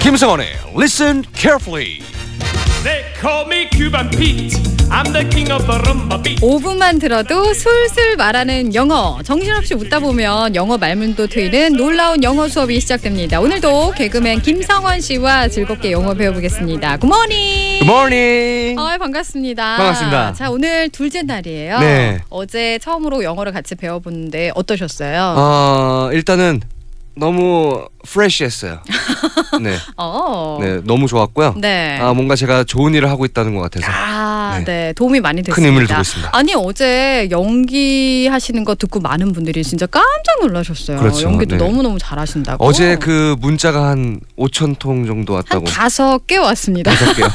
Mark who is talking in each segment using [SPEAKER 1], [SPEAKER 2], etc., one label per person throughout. [SPEAKER 1] 김성원의 Listen Carefully.
[SPEAKER 2] They call me Cuban Pete. I'm the king of the rumba beat.
[SPEAKER 3] 5분만 들어도 술술 말하는 영어. 정신없이 웃다 보면 영어 말문도 트이는 놀라운 영어 수업이 시작됩니다. 오늘도 개그맨 김성원 씨와 즐겁게 영어 배워보겠습니다. 굿모닝!
[SPEAKER 1] morning.
[SPEAKER 3] 어, 반갑습니다.
[SPEAKER 1] 반갑습니다.
[SPEAKER 3] 자, 오늘 둘째 날이에요.
[SPEAKER 1] 네.
[SPEAKER 3] 어제 처음으로 영어를 같이 배워보는데 어떠셨어요?
[SPEAKER 1] 어 일단은 너무 프레시했어요. 네,
[SPEAKER 3] 어.
[SPEAKER 1] 네 너무 좋았고요.
[SPEAKER 3] 네.
[SPEAKER 1] 아 뭔가 제가 좋은 일을 하고 있다는 것 같아서.
[SPEAKER 3] 아,
[SPEAKER 1] 네.
[SPEAKER 3] 네. 도움이 많이 됐습니다.
[SPEAKER 1] 힘을 주고 있습니다.
[SPEAKER 3] 아니 어제 연기 하시는 거 듣고 많은 분들이 진짜 깜짝 놀라셨어요.
[SPEAKER 1] 그렇죠. 네.
[SPEAKER 3] 연기도 너무 너무 잘하신다고.
[SPEAKER 1] 어제 그 문자가 한 5천 통 정도
[SPEAKER 3] 한
[SPEAKER 1] 왔다고.
[SPEAKER 3] 다섯 개 왔습니다.
[SPEAKER 1] 다섯 개요.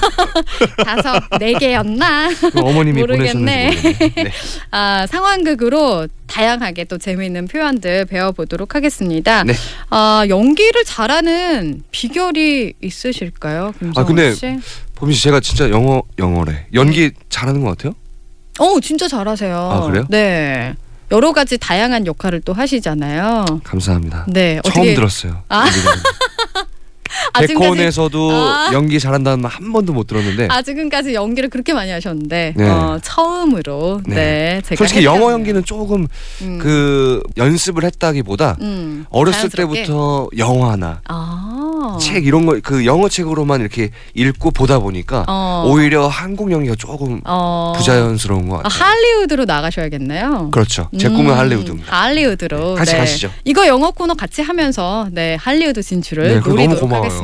[SPEAKER 3] 다섯 네 개였나?
[SPEAKER 1] 그 어머님이
[SPEAKER 3] 모르겠네.
[SPEAKER 1] 보내셨는지 모르겠네. 네.
[SPEAKER 3] 아, 상황극으로 다양하게 또 재미있는 표현들 배워보도록 하겠습니다.
[SPEAKER 1] 네.
[SPEAKER 3] 아, 연기를 잘하는 비결이 있으실까요, 김성원
[SPEAKER 1] 아, 근데-
[SPEAKER 3] 씨?
[SPEAKER 1] 보민 씨 제가 진짜 영어 영어래. 연기 잘하는 것 같아요?
[SPEAKER 3] 어, 진짜 잘하세요.
[SPEAKER 1] 아, 그래요?
[SPEAKER 3] 네. 여러 가지 다양한 역할을 또 하시잖아요.
[SPEAKER 1] 감사합니다.
[SPEAKER 3] 네.
[SPEAKER 1] 처음
[SPEAKER 3] 어떻게
[SPEAKER 1] 들었어요.
[SPEAKER 3] 아. 아직까지
[SPEAKER 1] 개콘에서도
[SPEAKER 3] 아.
[SPEAKER 1] 연기 잘한다는 말 한 번도 못 들었는데
[SPEAKER 3] 아 지금까지 연기를 그렇게 많이 하셨는데
[SPEAKER 1] 네.
[SPEAKER 3] 어, 처음으로
[SPEAKER 1] 네.
[SPEAKER 3] 네, 제가
[SPEAKER 1] 솔직히 영어
[SPEAKER 3] 헷갈려요.
[SPEAKER 1] 연기는 조금
[SPEAKER 3] 음,
[SPEAKER 1] 그 연습을 했다기보다
[SPEAKER 3] 음,
[SPEAKER 1] 어렸을
[SPEAKER 3] 자연스럽게.
[SPEAKER 1] 때부터 영화나
[SPEAKER 3] 아.
[SPEAKER 1] 책 이런 거 그 영어 책으로만 이렇게 읽고 보다 보니까
[SPEAKER 3] 어.
[SPEAKER 1] 오히려 한국 연기가 조금
[SPEAKER 3] 어.
[SPEAKER 1] 부자연스러운 것
[SPEAKER 3] 아,
[SPEAKER 1] 같아요.
[SPEAKER 3] 할리우드로 나가셔야겠네요.
[SPEAKER 1] 그렇죠. 제
[SPEAKER 3] 음,
[SPEAKER 1] 꿈은 할리우드입니다.
[SPEAKER 3] 할리우드로
[SPEAKER 1] 네, 같이 가시죠.
[SPEAKER 3] 이거 영어 코너 같이 하면서 네 할리우드
[SPEAKER 1] 네,
[SPEAKER 3] 진출을
[SPEAKER 1] 그거 너무
[SPEAKER 3] 노리도록
[SPEAKER 1] 고마워요.
[SPEAKER 3] 하겠습니다.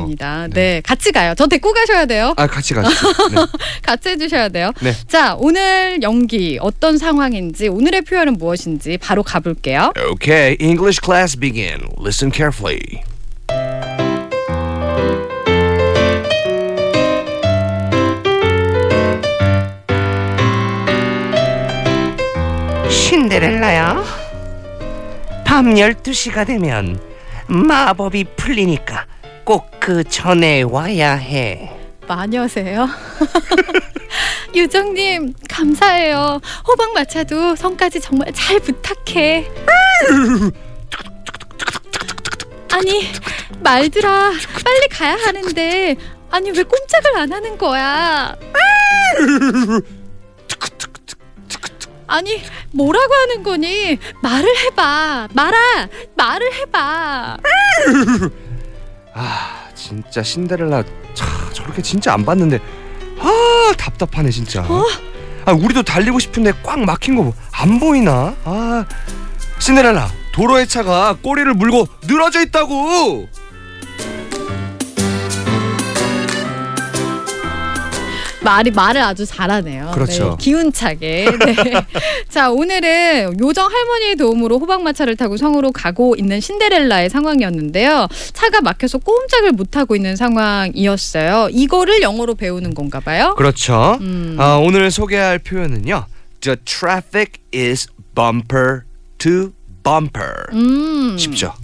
[SPEAKER 1] 네.
[SPEAKER 3] 네. 같이 가요. 저 데리고 가셔야 돼요.
[SPEAKER 1] 아 같이 가시죠. 네.
[SPEAKER 3] 같이 해주셔야 돼요.
[SPEAKER 1] 네.
[SPEAKER 3] 자 오늘 연기 어떤 상황인지 오늘의 표현은 무엇인지 바로 가볼게요.
[SPEAKER 1] Okay, English class begin. Listen carefully.
[SPEAKER 4] 신데렐라야 밤 12시가 되면 마법이 풀리니까 꼭 그 전에 와야 해
[SPEAKER 3] 마녀세요? 유정님 감사해요. 호박 마차도 성까지 정말 잘 부탁해. 아니 말들아 빨리 가야 하는데 아니 왜 꼼짝을 안 하는 거야? 아니 뭐라고 하는 거니? 말을 해봐 말아 말을 해봐.
[SPEAKER 1] 아 진짜 신데렐라 차, 저렇게 진짜 안 봤는데 아 답답하네 진짜
[SPEAKER 3] 어?
[SPEAKER 1] 아 우리도 달리고 싶은데 꽉 막힌 거 뭐, 안 보이나 아 신데렐라 도로에 차가 꼬리를 물고 늘어져 있다고
[SPEAKER 3] 말이 말을 아주 잘하네요.
[SPEAKER 1] 그렇죠.
[SPEAKER 3] 네, 기운차게. 네. 자 오늘은 요정 할머니의 도움으로 호박마차를 타고 성으로 가고 있는 신데렐라의 상황이었는데요. 차가 막혀서 꼼짝을 못 하고 있는 상황이었어요. 이거를 영어로 배우는 건가봐요.
[SPEAKER 1] 그렇죠
[SPEAKER 3] 음.
[SPEAKER 1] 아 오늘 소개할 표현은요 The traffic is bumper to bumper
[SPEAKER 3] 음,
[SPEAKER 1] 쉽죠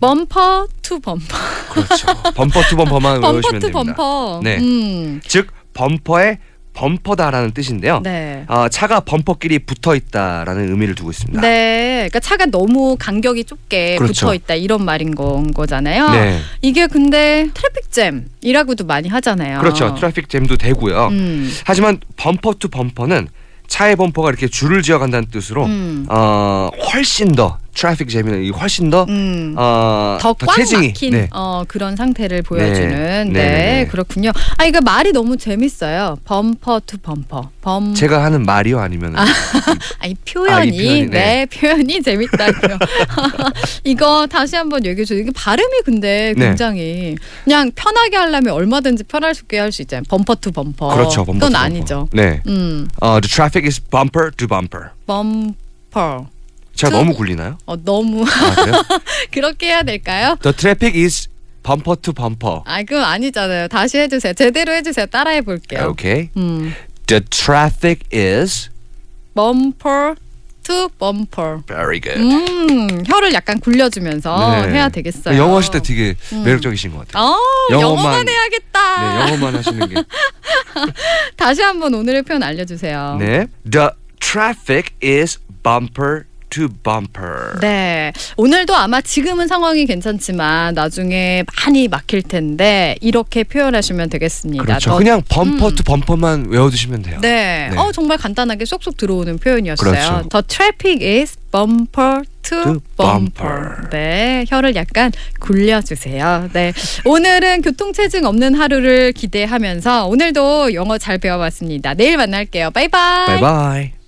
[SPEAKER 3] 범퍼 투 범퍼,
[SPEAKER 1] 그렇죠 범퍼 투 범퍼만
[SPEAKER 3] 범퍼
[SPEAKER 1] 외우시면
[SPEAKER 3] 투
[SPEAKER 1] 됩니다
[SPEAKER 3] 범퍼.
[SPEAKER 1] 네.
[SPEAKER 3] 음.
[SPEAKER 1] 즉 범퍼의 범퍼다라는 뜻인데요
[SPEAKER 3] 네.
[SPEAKER 1] 아, 차가 범퍼끼리 붙어 있다라는 의미를 두고 있습니다.
[SPEAKER 3] 네, 그러니까 차가 너무 간격이 좁게
[SPEAKER 1] 그렇죠.
[SPEAKER 3] 붙어 있다 이런 말인 건 거잖아요.
[SPEAKER 1] 네.
[SPEAKER 3] 이게 근데 트래픽 잼이라고도 많이 하잖아요.
[SPEAKER 1] 그렇죠. 트래픽 잼도 되고요.
[SPEAKER 3] 음.
[SPEAKER 1] 하지만 범퍼 투 범퍼는 차의 범퍼가 이렇게 줄을 지어 간다는 뜻으로
[SPEAKER 3] 음.
[SPEAKER 1] 어, 훨씬 더 트래픽 잼이는 이 훨씬 더
[SPEAKER 3] 음.
[SPEAKER 1] 어,
[SPEAKER 3] 더 꽉
[SPEAKER 1] 체증이,
[SPEAKER 3] 막힌
[SPEAKER 1] 네.
[SPEAKER 3] 어, 그런 상태를 보여주는 네,
[SPEAKER 1] 네네네.
[SPEAKER 3] 그렇군요. 아 이거 말이 너무 재밌어요. 범퍼 투 범퍼 범.
[SPEAKER 1] 제가 하는 말이요 아니면
[SPEAKER 3] 음. 아, 이 표현이,
[SPEAKER 1] 아, 이 표현이, 네.
[SPEAKER 3] 네. 표현이 재밌다고요. 이거 다시 한번 얘기해 주세요. 이게 발음이 근데
[SPEAKER 1] 네.
[SPEAKER 3] 굉장히 그냥 편하게 하려면 얼마든지 편할 수 있게 할 수 있잖아요. 범퍼 투 범퍼.
[SPEAKER 1] 그렇죠. 범퍼
[SPEAKER 3] 어,
[SPEAKER 1] 투
[SPEAKER 3] 그건
[SPEAKER 1] 범퍼.
[SPEAKER 3] 아니죠.
[SPEAKER 1] 네.
[SPEAKER 3] 음
[SPEAKER 1] 어, the traffic is bumper to bumper.
[SPEAKER 3] 범퍼.
[SPEAKER 1] 제가
[SPEAKER 3] 투-
[SPEAKER 1] 너무 굴리나요?
[SPEAKER 3] 어, 너무
[SPEAKER 1] 아, 그래요?
[SPEAKER 3] 그렇게 해야 될까요?
[SPEAKER 1] the traffic is bumper to bumper.
[SPEAKER 3] 아 그건 아니잖아요. 다시 해주세요. 제대로 해주세요. 따라해 볼게요.
[SPEAKER 1] Okay.
[SPEAKER 3] 음.
[SPEAKER 1] The traffic is
[SPEAKER 3] 범퍼 투 범퍼.
[SPEAKER 1] very good.
[SPEAKER 3] 음, 혀를 약간 굴려주면서
[SPEAKER 1] 네.
[SPEAKER 3] 해야 되겠어요.
[SPEAKER 1] 영어 하실 때 되게
[SPEAKER 3] 음. 아.
[SPEAKER 1] 매력적이신 것 같아요.
[SPEAKER 3] 어,
[SPEAKER 1] 영어만-
[SPEAKER 3] 영어만, 해야겠다.
[SPEAKER 1] 네, 영어만 하시는 게.
[SPEAKER 3] 다시 한번 오늘의 표현 알려주세요.
[SPEAKER 1] 네. The traffic is bumper to bumper.
[SPEAKER 3] 네. 오늘도 아마 지금은 상황이 괜찮지만 나중에 많이 막힐 텐데 이렇게 표현하시면 되겠습니다.
[SPEAKER 1] 그렇죠.
[SPEAKER 3] 너-
[SPEAKER 1] 그냥 범퍼 투 범퍼만 외워두시면 돼요.
[SPEAKER 3] 네.
[SPEAKER 1] 네.
[SPEAKER 3] 어 정말 간단하게 쏙쏙 들어오는 표현이었어요.
[SPEAKER 1] 그렇죠.
[SPEAKER 3] The traffic is bumper to
[SPEAKER 1] To
[SPEAKER 3] bumper.
[SPEAKER 1] bumper.
[SPEAKER 3] 네. 혀를 약간 굴려 주세요. 네. 오늘은 교통 체증 없는 하루를 기대하면서 오늘도 영어 잘 배워 봤습니다. 내일 만날게요. 바이바이.
[SPEAKER 1] 바이바이.